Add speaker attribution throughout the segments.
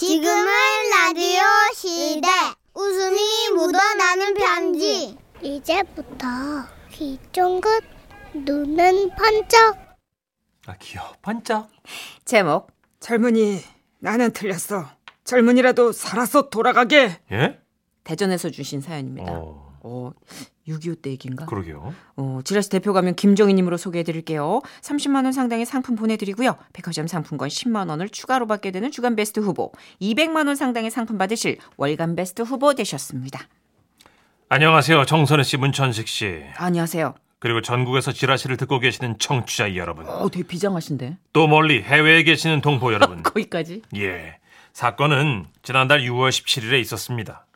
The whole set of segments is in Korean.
Speaker 1: 지금은 라디오 시대. 웃음이 묻어나는 편지. 이제부터 귀 쫑긋, 눈은 번쩍.
Speaker 2: 아 귀여워 반짝
Speaker 3: 제목
Speaker 4: 젊은이 나는 틀렸어. 젊은이라도 살아서 돌아가게.
Speaker 2: 예?
Speaker 3: 대전에서 주신 사연입니다. 어,
Speaker 2: 어
Speaker 3: 6.25때 얘기인가?
Speaker 2: 그러게요
Speaker 3: 어, 지라시 대표 가면 김종희님으로 소개해드릴게요. 30만 원 상당의 상품 보내드리고요. 백화점 상품권 10만 원을 추가로 받게 되는 주간 베스트 후보, 200만 원 상당의 상품 받으실 월간 베스트 후보 되셨습니다.
Speaker 2: 안녕하세요 정선혜 씨 문천식 씨
Speaker 3: 안녕하세요.
Speaker 2: 그리고 전국에서 지라시를 듣고 계시는 청취자 여러분
Speaker 3: 어, 되게 비장하신데.
Speaker 2: 또 멀리 해외에 계시는 동포 여러분
Speaker 3: 거기까지.
Speaker 2: 예 사건은 지난달 6월 17일에 있었습니다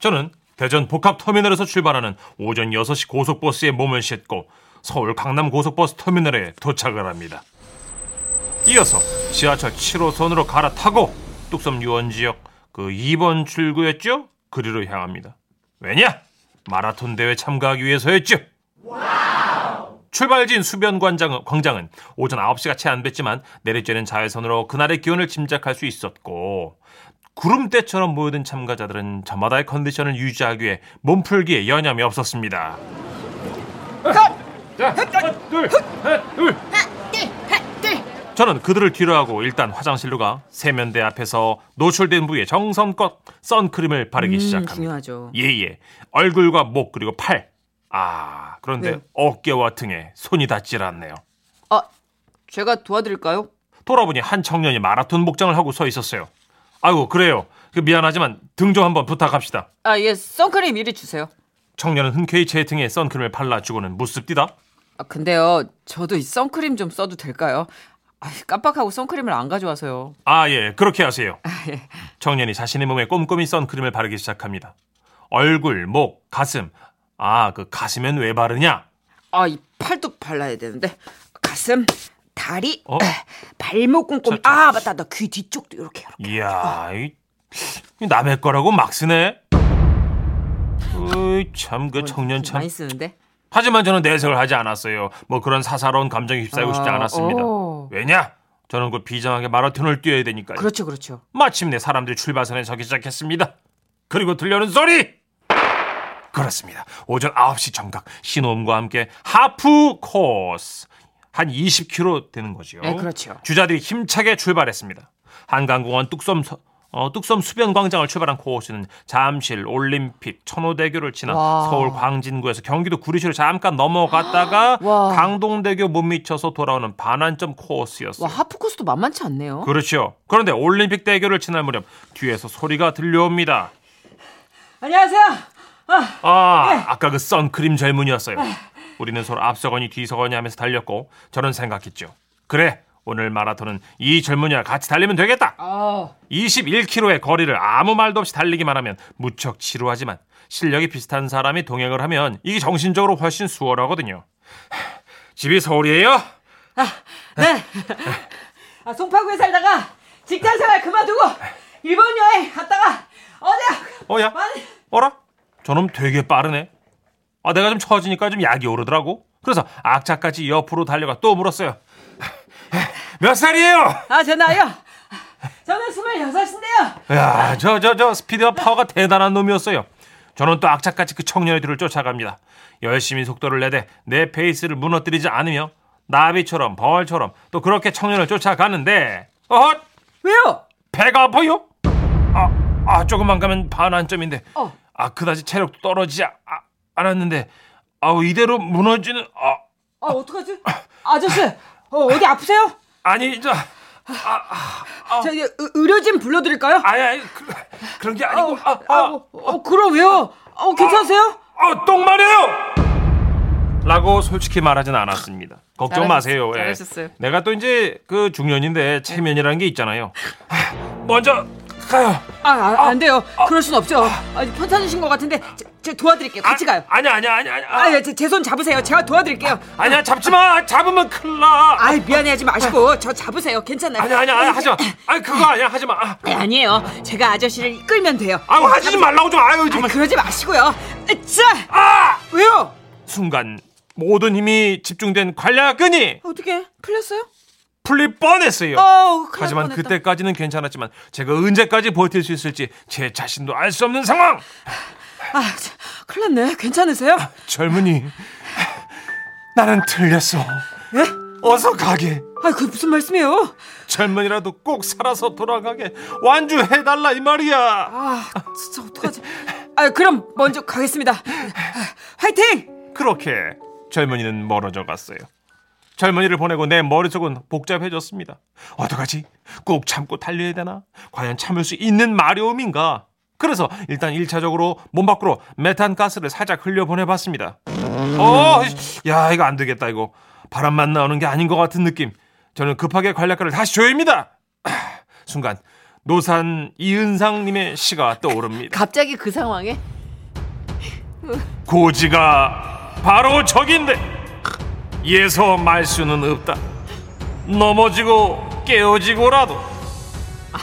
Speaker 2: 저는 대전 복합터미널에서 출발하는 오전 6시 고속버스에 몸을 싣고 서울 강남 고속버스 터미널에 도착을 합니다 이어서 지하철 7호선으로 갈아타고 뚝섬 유원지역 그 2번 출구였죠? 그리로 향합니다. 왜냐? 마라톤 대회 참가하기 위해서였죠. 출발지인 수변 광장, 광장은 오전 9시가 채 안 됐지만 내리쬐는 자외선으로 그날의 기온을 짐작할 수 있었고 구름대처럼 모여든 참가자들은 저마다의 컨디션을 유지하기 위해 몸풀기에 여념이 없었습니다. 자, 하나, 둘, 하나, 둘. 저는 그들을 뒤로하고 일단 화장실로 가 세면대 앞에서 노출된 부위에 정성껏 선크림을
Speaker 3: 음,
Speaker 2: 바르기 시작합니다.
Speaker 3: 중요하죠.
Speaker 2: 예예. 얼굴과 목 그리고 팔. 아 그런데
Speaker 3: 왜요?
Speaker 2: 어깨와 등에 손이 닿질 않네요.
Speaker 3: 아, 제가 도와드릴까요?
Speaker 2: 돌아보니 한 청년이 마라톤 복장을 하고 서 있었어요. 아이고 그래요. 그 미안하지만 등 좀 한번 부탁합시다.
Speaker 3: 아, 예, 선크림 미리 주세요.
Speaker 2: 청년은 흔쾌히 제 등에 선크림을 발라주고는 묻습디다.
Speaker 3: 아, 근데요, 저도 이 선크림 좀 써도 될까요? 아, 깜빡하고 선크림을 안 가져와서요.
Speaker 2: 아, 예, 그렇게 하세요.
Speaker 3: 예.
Speaker 2: 청년이 자신의 몸에 꼼꼼히 선크림을 바르기 시작합니다. 얼굴, 목, 가슴. 아, 그 가슴엔 왜 바르냐?
Speaker 3: 아, 이 팔도 발라야 되는데. 가슴, 다리, 아,
Speaker 2: 어?
Speaker 3: 발목 꼼꼼히. 아, 맞다. 나 귀 뒤쪽도 이렇게. 이렇게.
Speaker 2: 이야, 이, 이 남의 거라고 막 쓰네. 으이, 참, 그 청년 참.
Speaker 3: 많이 쓰는데.
Speaker 2: 하지만 저는 내색을 하지 않았어요. 뭐 그런 사사로운 감정에 휩싸이고 싶지
Speaker 3: 아,
Speaker 2: 않았습니다.
Speaker 3: 오.
Speaker 2: 왜냐? 저는 곧 비장하게 마라톤을 뛰어야 되니까요.
Speaker 3: 그렇죠, 그렇죠.
Speaker 2: 마침내 사람들이 출발선에 서기 시작했습니다. 그리고 들려오는 소리! 그렇습니다. 오전 9시 정각 신호음과 함께 하프 코스 한 20km 되는 거죠.
Speaker 3: 네, 그렇죠.
Speaker 2: 주자들이 힘차게 출발했습니다. 한강공원 뚝섬 서- 어, 뚝섬 수변 광장을 출발한 코스는 잠실 올림픽 천호대교를 지나
Speaker 3: 와.
Speaker 2: 서울 광진구에서 경기도 구리시로 잠깐 넘어갔다가
Speaker 3: 와.
Speaker 2: 강동대교 못 미쳐서 돌아오는 반환점 코스였어요.
Speaker 3: 와, 하프 코스도 만만치 않네요.
Speaker 2: 그렇죠. 그런데 올림픽 대결을 지날 무렵 뒤에서 소리가 들려옵니다.
Speaker 3: 안녕하세요. 아,
Speaker 2: 아, 아까 그 선크림 젊은이였어요. 우리는 서로 앞서거니 뒤서거니 하면서 달렸고 저는 생각했죠. 그래, 오늘 마라톤은 이 젊은이와 같이 달리면 되겠다.
Speaker 3: 아,
Speaker 2: 21km의 거리를 아무 말도 없이 달리기만 하면 무척 지루하지만 실력이 비슷한 사람이 동행을 하면 이게 정신적으로 훨씬 수월하거든요. 하, 집이 서울이에요?
Speaker 3: 네. 아, 송파구에 살다가 직장 생활 그만두고 일본 여행 갔다가 어제
Speaker 2: 어야?
Speaker 3: 많이
Speaker 2: 어라? 저놈 되게 빠르네. 아, 내가 좀 처지니까 좀 약이 오르더라고. 그래서 악착같이 옆으로 달려가 또 물었어요. 몇 살이에요?
Speaker 3: 아, 제 나이요. 저는 26인데요.
Speaker 2: 야, 저, 저, 저 스피드와 파워가 대단한 놈이었어요. 저는 또 악착같이 그 청년의 뒤를 쫓아갑니다. 열심히 속도를 내되 내 페이스를 무너뜨리지 않으며 나비처럼 벌처럼 또 그렇게 청년을 쫓아가는데 어헛!
Speaker 3: 왜요?
Speaker 2: 배가 아파요? 아, 아 조금만 가면 반환점인데
Speaker 3: 어.
Speaker 2: 아 그다지 체력도 떨어지지 아- 않았는데 아우 이대로 무너지는 아
Speaker 3: 아, 어떡하지? 아저씨, 어, 어디 아프세요?
Speaker 2: 아니 저
Speaker 3: 저 이제 의- 의료진 불러드릴까요?
Speaker 2: 아니 아니 그, 그런 게 아니고
Speaker 3: 아, 어, 어, 그럼 왜요? 어, 괜찮으세요?
Speaker 2: 아똥 말이에요. 라고 솔직히 말하진 않았습니다. 걱정
Speaker 3: 잘하셨-
Speaker 2: 마세요. 예.
Speaker 3: 잘하셨어요.
Speaker 2: 내가 또 이제 그 중년인데 체면이라는 게 있잖아요. 하, 먼저 가요.
Speaker 3: 아, 아, 안 돼요. 그럴 순 없죠. 아, 편찮으신 것 같은데, 제, 제가 도와드릴게요. 같이 가요.
Speaker 2: 아니 아니 아니 아니.
Speaker 3: 아, 예, 제 손 잡으세요. 제가 도와드릴게요.
Speaker 2: 아니야 잡지 마. 잡으면 큰일 나.
Speaker 3: 아, 미안해하지 마시고 저 잡으세요. 괜찮아요.
Speaker 2: 아니 아니 아니 하지 마. 아니 그거 아니야 하지 마. 아,
Speaker 3: 네, 아니에요. 제가 아저씨를 이끌면 돼요.
Speaker 2: 아유 하지 좀 말라고 좀 아유
Speaker 3: 아,
Speaker 2: 정말.
Speaker 3: 그러지 마시고요. 자,
Speaker 2: 아!
Speaker 3: 왜요?
Speaker 2: 순간 모든 힘이 집중된 관략근이
Speaker 3: 어떻게 풀렸어요?
Speaker 2: 풀릴 뻔했어요.
Speaker 5: 어우, 큰일
Speaker 2: 하지만
Speaker 5: 날 뻔했다.
Speaker 2: 그때까지는 괜찮았지만 제가 언제까지 버틸 수 있을지 제 자신도 알 수 없는 상황.
Speaker 5: 아, 참, 큰일 났네. 괜찮으세요?
Speaker 3: 아.
Speaker 2: 젊은이, 나는 틀렸어.
Speaker 5: 예?
Speaker 2: 어서 가게.
Speaker 5: 아, 그게 무슨 말씀이에요?
Speaker 2: 젊은이라도 꼭 살아서 돌아가게 완주해달라 이 말이야.
Speaker 5: 아, 진짜 어떡하지? 아, 그럼 먼저 가겠습니다. 아, 화이팅!
Speaker 2: 그렇게 젊은이는 멀어져 갔어요. 젊은이를 보내고 내 머릿속은 복잡해졌습니다. 어떡하지? 꼭 참고 달려야 되나? 과연 참을 수 있는 마려움인가? 그래서 일단 1차적으로 몸 밖으로 메탄가스를 살짝 흘려보내봤습니다. 어, 야, 이거 안 되겠다, 이거. 바람만 나오는 게 아닌 것 같은 느낌. 저는 급하게 관략가를 다시 조입니다. 아, 순간, 노산 이은상님의 시가 떠오릅니다.
Speaker 5: 갑자기 그 상황에?
Speaker 2: 고지가 바로 적인데 예서 말수는 없다. 넘어지고 깨어지고라도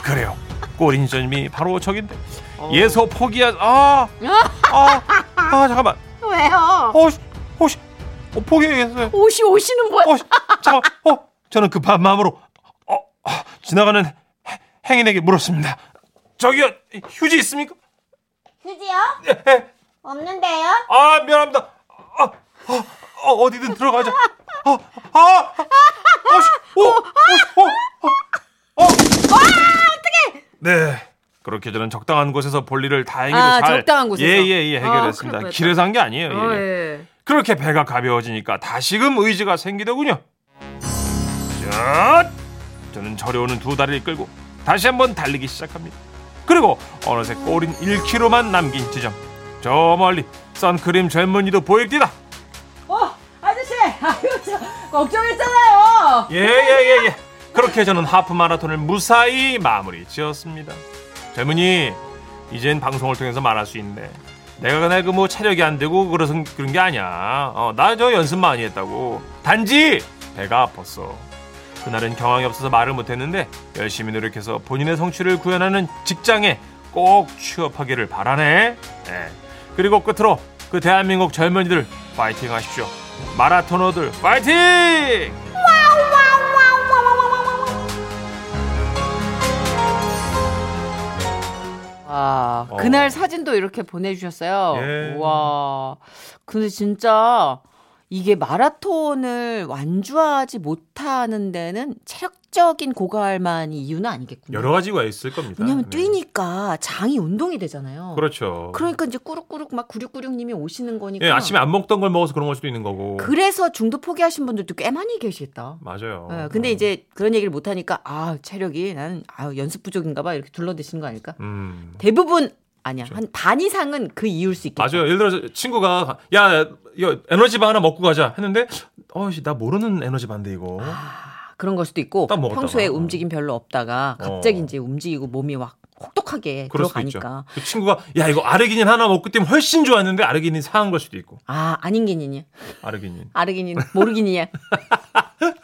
Speaker 2: 그래요. 꼬린님이 바로 적인데 예서 포기하 아아아 아, 잠깐만
Speaker 5: 왜요?
Speaker 2: 어씨 어씨 어, 포기해야겠어요.
Speaker 5: 옷이 오시는 거야.
Speaker 2: 어, 씨, 잠깐, 어, 저는 급한 마음으로 어, 아, 지나가는 해- 행인에게 물었습니다. 저기요, 휴지 있습니까?
Speaker 1: 휴지요?
Speaker 2: 예, 예.
Speaker 1: 없는데요?
Speaker 2: 아, 미안합니다. 아, 어, 어, 어디든 들어가자. 아, 아, 아, 어, 씨, 어, 어, 씨, 어, 어, 어, 아, 어떡해. 네. 그렇게 저는 적당한 곳에서 볼 일을 다행히도
Speaker 5: 아,
Speaker 2: 잘
Speaker 5: 적당한 곳에서.
Speaker 2: 예, 예, 예,
Speaker 5: 아,
Speaker 2: 해결했습니다.
Speaker 5: 큰일 날
Speaker 2: 길에서 한 게 아니에요. 예.
Speaker 5: 어, 예.
Speaker 2: 그렇게 배가 가벼워지니까 다시금 의지가 생기더군요. 자, 저는 저려오는 두 다리를 끌고 다시 한번 달리기 시작합니다. 그리고 어느새 꼬린 1km만 남긴 지점. 저 멀리 선크림 젊은이도 보입니다.
Speaker 3: 어, 아저씨, 아유, 저, 걱정했잖아요.
Speaker 2: 예예예 예, 예. 그렇게 저는 하프 마라톤을 무사히 마무리 지었습니다. 젊은이 이젠 방송을 통해서 말할 수 있네. 내가 그날 그 뭐 체력이 안 되고 그래서 그런 게 아니야. 어, 나 저 연습 많이 했다고. 단지 배가 아팠어. 그날은 경황이 없어서 말을 못했는데 열심히 노력해서 본인의 성취를 구현하는 직장에 꼭 취업하기를 바라네. 예. 그리고 끝으로 그 대한민국 젊은이들 파이팅 하십시오. 마라토너들 파이팅!
Speaker 3: 아,
Speaker 2: 어.
Speaker 3: 그날 사진도 이렇게 보내주셨어요.
Speaker 2: 예.
Speaker 3: 와, 근데 진짜 이게 마라톤을 완주하지 못하는 데는 체력적인 고갈만이 이유는 아니겠군요.
Speaker 2: 여러 가지가 있을 겁니다.
Speaker 3: 왜냐면
Speaker 2: 네.
Speaker 3: 뛰니까 장이 운동이 되잖아요.
Speaker 2: 그렇죠.
Speaker 3: 러니까 이제 꾸룩꾸룩 막 구륙구륙님이 오시는 거니까.
Speaker 2: 예, 아침에 안 먹던 걸 먹어서 그런 걸 수도 있는 거고.
Speaker 3: 그래서 중도 포기하신 분들도 꽤 많이 계시겠다.
Speaker 2: 맞아요.
Speaker 3: 예, 근데
Speaker 2: 어.
Speaker 3: 이제 그런 얘기를 못 하니까 아 체력이 나는 아 연습 부족인가 봐 이렇게 둘러대시는 거 아닐까?
Speaker 2: 음. 그렇죠.
Speaker 3: 대부분 아니야 한 반 이상은 그 이유일 수 있겠다.
Speaker 2: 맞아요. 예를 들어서 친구가 야, 이거 에너지바 하나 먹고 가자 했는데 어씨 나 모르는 에너지바인데 이거.
Speaker 3: 아, 그런 걸 수도 있고
Speaker 2: 딱 먹었다가.
Speaker 3: 평소에 움직임 별로 없다가 갑자기
Speaker 2: 어.
Speaker 3: 이제 움직이고 몸이 막 혹독하게
Speaker 2: 그럴 수도 있죠.
Speaker 3: 들어가니까
Speaker 2: 그 친구가 야 이거 아르기닌 하나 먹고 뛰면 훨씬 좋았는데 아르기닌 사한 걸 수도 있고.
Speaker 3: 아 아닌기니니
Speaker 2: 아르기닌.
Speaker 3: 아르기닌 모르기니야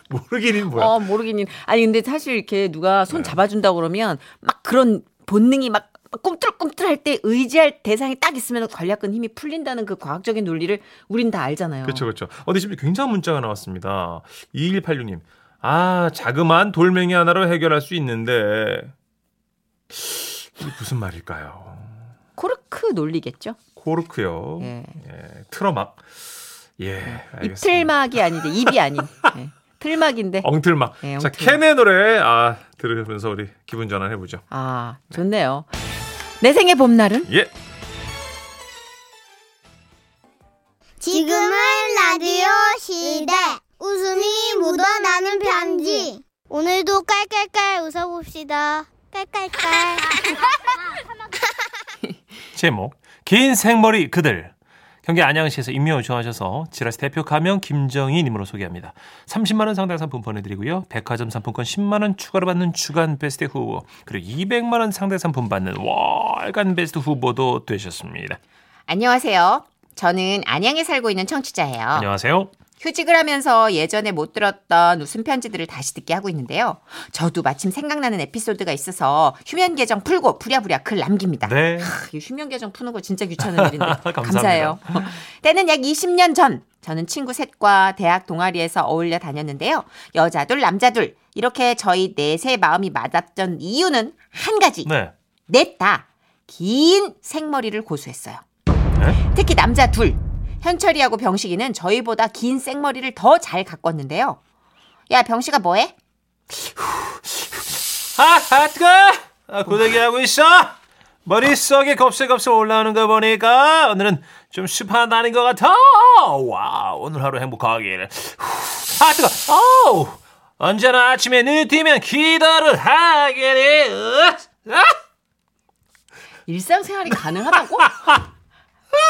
Speaker 2: 모르기닌 뭐야? 네.
Speaker 3: 어 모르기닌 아니 근데 사실 이렇게 누가 손 잡아준다 그러면 막 그런 본능이 막 꿈틀꿈틀할 때 의지할 대상이 딱 있으면 관략근 힘이 풀린다는 그 과학적인 논리를 우린 다 알잖아요.
Speaker 2: 그렇죠, 그렇죠. 어디 지금 굉장한 문자가 나왔습니다. 2186님. 아, 자그마한 돌멩이 하나로 해결할 수 있는데 이게 무슨 말일까요?
Speaker 3: 코르크 논리겠죠.
Speaker 2: 코르크요.
Speaker 3: 예.
Speaker 2: 예, 틀어막. 예, 알겠습니다. 어.
Speaker 3: 이틀막이 아니지 입이 아닌 예. 틀막인데
Speaker 2: 엉틀막.
Speaker 3: 예,
Speaker 2: 자,
Speaker 3: 엉틀막.
Speaker 2: 캔의 노래 아 들으면서 우리 기분 전환 해보죠.
Speaker 3: 아 좋네요. 내 생의 봄날은
Speaker 2: 예,
Speaker 1: 지금은 라디오 시대. 웃음이 묻어나는 편지. 오늘도 깔깔깔 웃어봅시다. 깔깔깔.
Speaker 2: 제목 긴 생머리 그들. 경기 안양시에서 임명 요청하셔서 지라스 대표 가명 김정희님으로 소개합니다. 30만 원 상당 상품 보내드리고요. 백화점 상품권 10만 원 추가로 받는 주간 베스트 후보 그리고 200만 원 상당 상품 받는 월간 베스트 후보도 되셨습니다.
Speaker 5: 안녕하세요. 저는 안양에 살고 있는 청취자예요.
Speaker 3: 아.
Speaker 2: 안녕하세요.
Speaker 5: 휴직을 하면서 예전에 못 들었던 웃음 편지들을 다시 듣게 하고 있는데요. 저도 마침 생각나는 에피소드가 있어서 휴면 계정 풀고 부랴부랴 글 남깁니다.
Speaker 2: 네.
Speaker 5: 크, 이 휴면 계정 푸는 거 진짜 귀찮은 일인데
Speaker 2: 감사합니다.
Speaker 5: 감사해요. 때는 약 20년 전 저는 친구 셋과 대학 동아리에서 어울려 다녔는데요. 여자 둘 남자 둘
Speaker 3: 이렇게 저희 넷의 마음이 맞았던 이유는 한 가지.
Speaker 2: 네.
Speaker 3: 넷 다 긴 생머리를 고수했어요.
Speaker 2: 네?
Speaker 3: 특히 남자 둘. 현철이하고 병식이는 저희보다 긴 생머리를 더 잘 가꿨는데요. 야, 병식아 뭐해?
Speaker 2: 아, 아, 뜨거! 아, 고데기 하고 있어! 머릿속에 곱슬곱슬 올라오는 거 보니까 오늘은 좀 습한 날인 것 같아! 와, 오늘 하루 행복하길. 후, 아, 뜨거! 어우! 언제나 아침에 눈뜨면 기도를 하게 돼! 아!
Speaker 3: 일상생활이 가능하다고?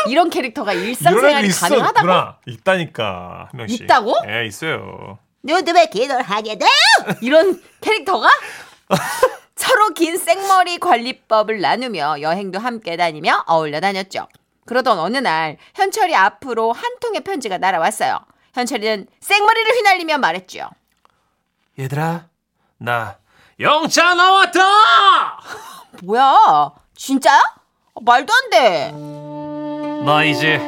Speaker 3: 이런 캐릭터가 일상생활이 가능하다고?
Speaker 2: 누나. 있다니까, 한 명씩.
Speaker 3: 있다고?
Speaker 2: 예, 있어요.
Speaker 3: 누드베 기도를 하게 돼! 이런 캐릭터가? 서로 긴 생머리 관리법을 나누며 여행도 함께 다니며 어울려 다녔죠. 그러던 어느 날 현철이 앞으로 한 통의 편지가 날아왔어요. 현철이는 생머리를 휘날리며 말했죠.
Speaker 2: 얘들아, 나 영차 나왔다!
Speaker 3: 뭐야? 진짜야? 아, 말도 안 돼.
Speaker 2: 나 이제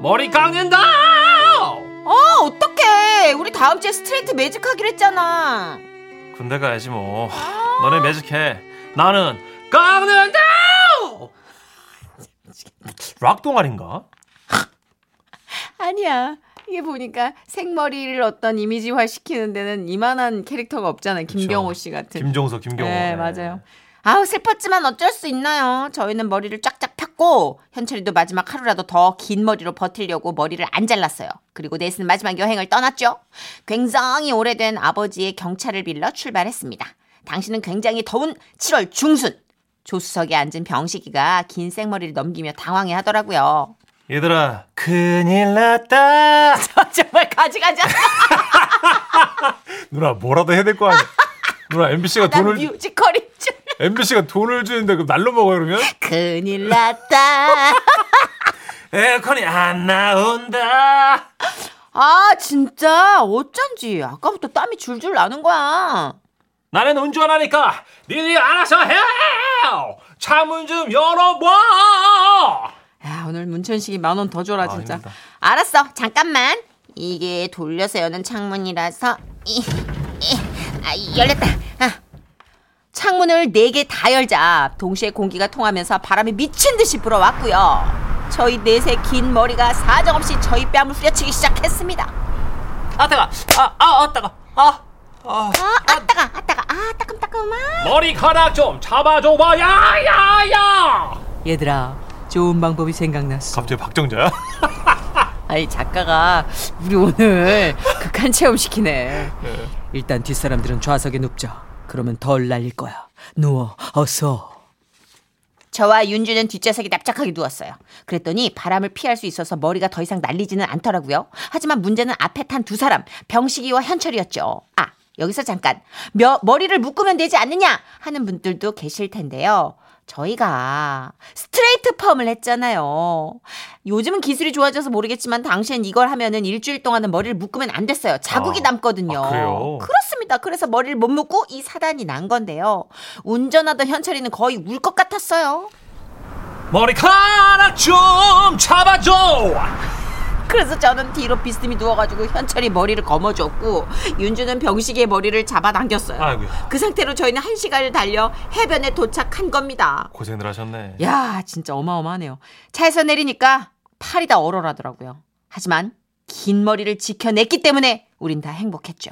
Speaker 2: 머리 깎는다!
Speaker 3: 아, 어떡해. 우리 다음 주에 스트레이트 매직하기로 했잖아.
Speaker 2: 군대 가야지 뭐. 너네 매직해. 나는 깎는다! 락 동아리인가?
Speaker 3: 아니야. 이게 보니까 생머리를 어떤 이미지화 시키는 데는 이만한 캐릭터가 없잖아요. 김경호 씨 같은.
Speaker 2: 김종서, 김경호.
Speaker 3: 네, 맞아요. 아우, 슬펐지만 어쩔 수 있나요? 저희는 머리를 쫙쫙 폈고, 현철이도 마지막 하루라도 더 긴 머리로 버티려고 머리를 안 잘랐어요. 그리고 넷은 마지막 여행을 떠났죠. 굉장히 오래된 아버지의 경차를 빌려 출발했습니다. 당신은 굉장히 더운 7월 중순. 조수석에 앉은 병식이가 긴 생머리를 넘기며 당황해 하더라고요.
Speaker 2: 얘들아, 큰일 났다!
Speaker 3: 정말 가지가지 않아.
Speaker 2: 누나, 뭐라도 해야 될 거 아니야? 누나, MBC가
Speaker 3: 난 뮤지컬인 줄.
Speaker 2: MBC가 돈을 주는데 그 날로 먹어, 그러면?
Speaker 3: 큰일 났다.
Speaker 2: 에어컨이 안 나온다!
Speaker 3: 아, 진짜. 어쩐지. 아까부터 땀이 줄줄 나는 거야.
Speaker 2: 나는 운전하니까 니들이 알아서 해! 차 문 좀 열어봐!
Speaker 3: 야, 오늘 문천식이 만 원 더 줘라, 진짜.
Speaker 2: 아닙니다.
Speaker 3: 알았어. 잠깐만. 이게 돌려서 여는 창문이라서. 이, 이, 아, 열렸다. 아. 창문을 네 개 다 열자 동시에 공기가 통하면서 바람이 미친 듯이 불어왔고요. 저희 넷의 긴 머리가 사정없이 저희 뺨을 후려치기 시작했습니다.
Speaker 2: 아, 따가! 아, 아, 아, 따가! 아! 아.
Speaker 3: 아, 아따가, 아따가, 아, 따끔따끔아.
Speaker 2: 머리카락 좀 잡아줘봐! 야, 야, 야!
Speaker 3: 얘들아 좋은 방법이 생각났어
Speaker 2: 갑자기 박정자야?
Speaker 3: 아니 작가가 우리 오늘 극한 체험시키네 일단 뒷사람들은 좌석에 눕자 그러면 덜 날릴 거야 누워 어서 저와 윤주는 뒷좌석에 납작하게 누웠어요 그랬더니 바람을 피할 수 있어서 머리가 더 이상 날리지는 않더라고요 하지만 문제는 앞에 탄 두 사람 병식이와 현철이었죠 아 여기서 잠깐 며- 머리를 묶으면 되지 않느냐 하는 분들도 계실 텐데요 저희가 스트레이트 펌을 했잖아요. 요즘은 기술이 좋아져서 모르겠지만 당시엔 이걸 하면은 일주일 동안은 머리를 묶으면 안 됐어요. 자국이
Speaker 2: 아,
Speaker 3: 남거든요.
Speaker 2: 아, 그래요?
Speaker 3: 그렇습니다. 그래서 머리를 못 묶고 이 사단이 난 건데요. 운전하던 현철이는 거의 울 것 같았어요.
Speaker 2: 머리카락 좀 잡아줘!
Speaker 3: 그래서 저는 뒤로 비스듬히 누워가지고 현철이 머리를 거머쥐었고 윤주는 병식이의 머리를 잡아당겼어요.
Speaker 2: 아이고야.
Speaker 3: 그 상태로 저희는 한 시간을 달려 해변에 도착한 겁니다.
Speaker 2: 고생들 하셨네.
Speaker 3: 야, 진짜 어마어마하네요. 차에서 내리니까 팔이 다 얼얼하더라고요. 하지만 긴 머리를 지켜냈기 때문에 우린 다 행복했죠.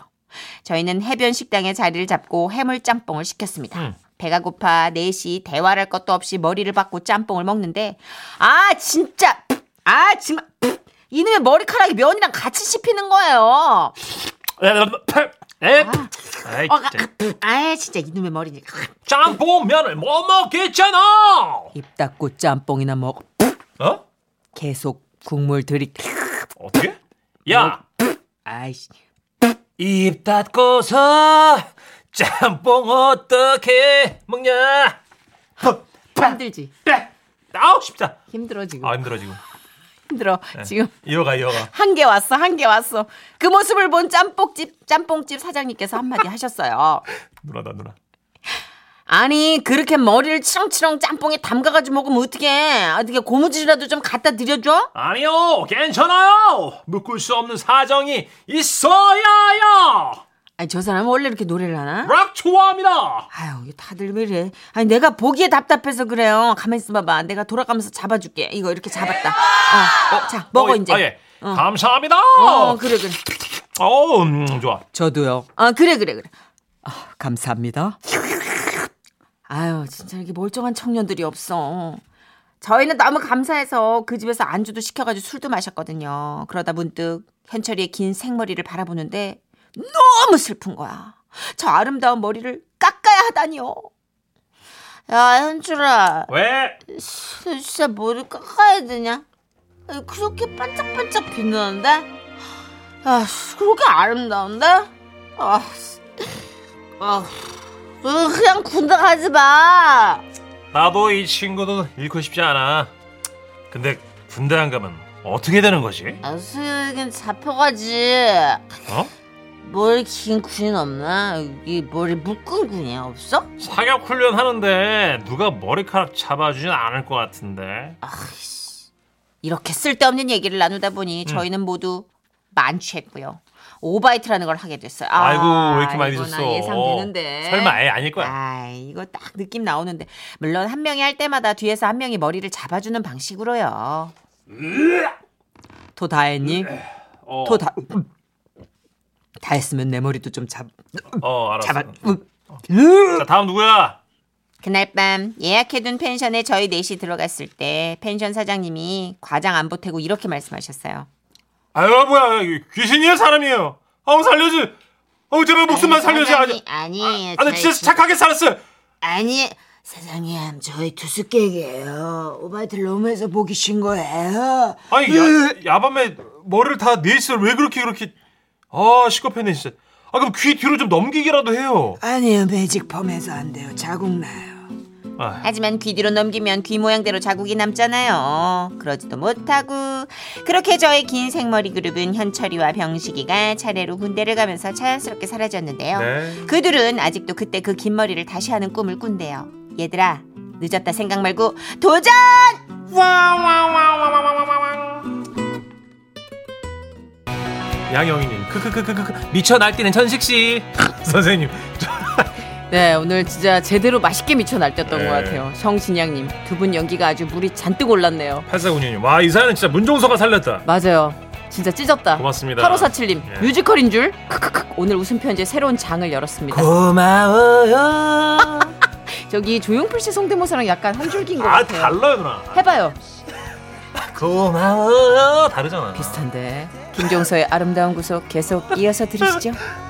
Speaker 3: 저희는 해변 식당에 자리를 잡고 해물 짬뽕을 시켰습니다.
Speaker 2: 음.
Speaker 3: 배가 고파 넷이 대화할 것도 없이 머리를 박고 짬뽕을 먹는데 아 진짜 아 정말 이놈의 머리카락이 면이랑 같이 씹히는 거예요.
Speaker 2: 에, 예? 에이,
Speaker 3: 어, 아,
Speaker 2: 진짜.
Speaker 3: 아 진짜 이놈의 머리
Speaker 2: 짬뽕면을 뭐 못 먹겠잖아!
Speaker 3: 입 닫고 짬뽕이나 먹
Speaker 2: 어?
Speaker 3: 계속 국물 들이켜
Speaker 2: 어떻게? 뭐? 야!
Speaker 3: 아이씨
Speaker 2: 입 닫고서 짬뽕 어떻게 먹냐?
Speaker 3: 힘들지
Speaker 2: 빼! 아우 쉽다.
Speaker 3: 힘들어 지금
Speaker 2: 아 네. 힘들어 지금.
Speaker 3: 힘들어 지금
Speaker 2: 이어가 이어가.
Speaker 3: 한 개 왔어 한 개 왔어 그 모습을 본 짬뽕집 짬뽕집 사장님께서 한마디 하셨어요
Speaker 2: 누나다 누나.
Speaker 3: 아니 그렇게 머리를 치렁치렁 짬뽕에 담가가지고 먹으면 어떡해 어떻게 고무줄이라도 좀 갖다 드려줘
Speaker 2: 아니요 괜찮아요. 묶을 수 없는 사정이 있어야요.
Speaker 3: 아니 저 사람은 원래 이렇게 노래를 하나?
Speaker 2: 락 좋아합니다.
Speaker 3: 아유 이게 다들 왜 이래 아니 내가 보기에 답답해서 그래요 가만히 있어봐봐 내가 돌아가면서 잡아줄게 이거 이렇게 잡았다 어, 어, 자 먹어
Speaker 2: 어,
Speaker 3: 이제
Speaker 2: 아, 예. 감사합니다.
Speaker 3: 어 그래 그래
Speaker 2: 어, 음, 좋아.
Speaker 3: 저도요 아 그래 그래 그래 아, 감사합니다 아유 진짜 이렇게 멀쩡한 청년들이 없어 저희는 너무 감사해서 그 집에서 안주도 시켜가지고 술도 마셨거든요 그러다 문득 현철이의 긴 생머리를 바라보는데 너무 슬픈 거야 저 아름다운 머리를 깎아야 하다니요 야 현철아
Speaker 2: 왜?
Speaker 3: 너 진짜 머리 깎아야 되냐? 아니, 그렇게 반짝반짝 빛나는데? 아, 씨, 그렇게 아름다운데? 아, 씨. 아, 너 그냥 군대 가지 마.
Speaker 2: 나도 이 친구도 잃고 싶지 않아. 근데 군대 안 가면 어떻게 되는 거지?
Speaker 3: 아, 수영이긴 잡혀가지.
Speaker 2: 어?
Speaker 3: 머리 긴 군인 없나? 이 머리 묶은 군이야 없어?
Speaker 2: 사격 훈련 하는데 누가 머리카락 잡아주진 않을 것 같은데.
Speaker 3: 아, 이렇게 쓸데없는 얘기를 나누다
Speaker 2: 음.
Speaker 3: 보니 저희는 모두 만취했고요. 오바이트라는 걸 하게 됐어요.
Speaker 2: 아, 이고왜 이렇게 많이
Speaker 3: 이거 나
Speaker 2: 드셨어?
Speaker 3: 예상되는데.
Speaker 2: 설마 아예 아닐 거야.
Speaker 3: 아, 이거 딱 느낌 나오는데 물론 한 명이 할 때마다 뒤에서 한 명이 머리를 잡아주는 방식으로요. 도 다했니?
Speaker 2: 어,
Speaker 3: 도 다. 음, 다 했으면 내 머리도 좀 잡.
Speaker 2: 어 알았어.
Speaker 3: 잡아. 음.
Speaker 2: 자 다음 누구야?
Speaker 3: 그날 밤 예약해둔 펜션에 저희 넷이 들어갔을 때 펜션 사장님이 과장 안 보태고 이렇게 말씀하셨어요.
Speaker 2: 아유 뭐야 귀신이에요 사람이에요. 아우 살려줘. 어우 제발 목숨만 살려줘. 아니,
Speaker 3: 아니에요.
Speaker 2: 아니 진짜 착하게 살았어.
Speaker 3: 아니 사장님 저희 투숙객이에요. 오바이트 롬에서 보기 신 거예요.
Speaker 2: 아니 야, 야밤에 머리를 다 네이스를 왜 그렇게 그렇게 아 시커패네 진짜. 아 그럼 귀 뒤로 좀 넘기기라도 해요.
Speaker 6: 아니요, 매직 펌해서 안 돼요. 자국 나요.
Speaker 2: 아,
Speaker 3: 하지만 귀 뒤로 넘기면 귀 모양대로 자국이 남잖아요. 그러지도 못하고 그렇게 저의 긴 생머리 그룹은 현철이와 병식이가 차례로 군대를 가면서 자연스럽게 사라졌는데요.
Speaker 2: 네.
Speaker 3: 그들은 아직도 그때 그 긴 머리를 다시 하는 꿈을 꾼대요. 얘들아 늦었다 생각 말고 도전!
Speaker 2: 양영희님 크크크크크 미쳐 날뛰는 천식 씨 선생님
Speaker 7: 네, 오늘 진짜 제대로 맛있게 미쳐 날뛰었던
Speaker 2: 네.
Speaker 7: 것 같아요. 성진양님, 두 분 연기가 아주 물이 잔뜩 올랐네요.
Speaker 2: 팔사군님 와이 사연은 진짜 문종서가 살렸다.
Speaker 7: 맞아요. 진짜 찢었다.
Speaker 2: 고맙습니다.
Speaker 7: 8547님,
Speaker 2: 예.
Speaker 7: 뮤지컬인 줄? 크크크. 오늘 웃음편지의 새로운 장을 열었습니다.
Speaker 2: 어? 고마워요.
Speaker 7: 저기 조용필 씨 성대모사랑 약간 한 줄기인 것
Speaker 2: 아
Speaker 7: 같아요.
Speaker 2: 달라요 누나.
Speaker 7: 해봐요.
Speaker 2: 고마워요 다르잖아.
Speaker 7: 비슷한데. 김종서의 아름다운 구속 계속 이어서 들으시죠.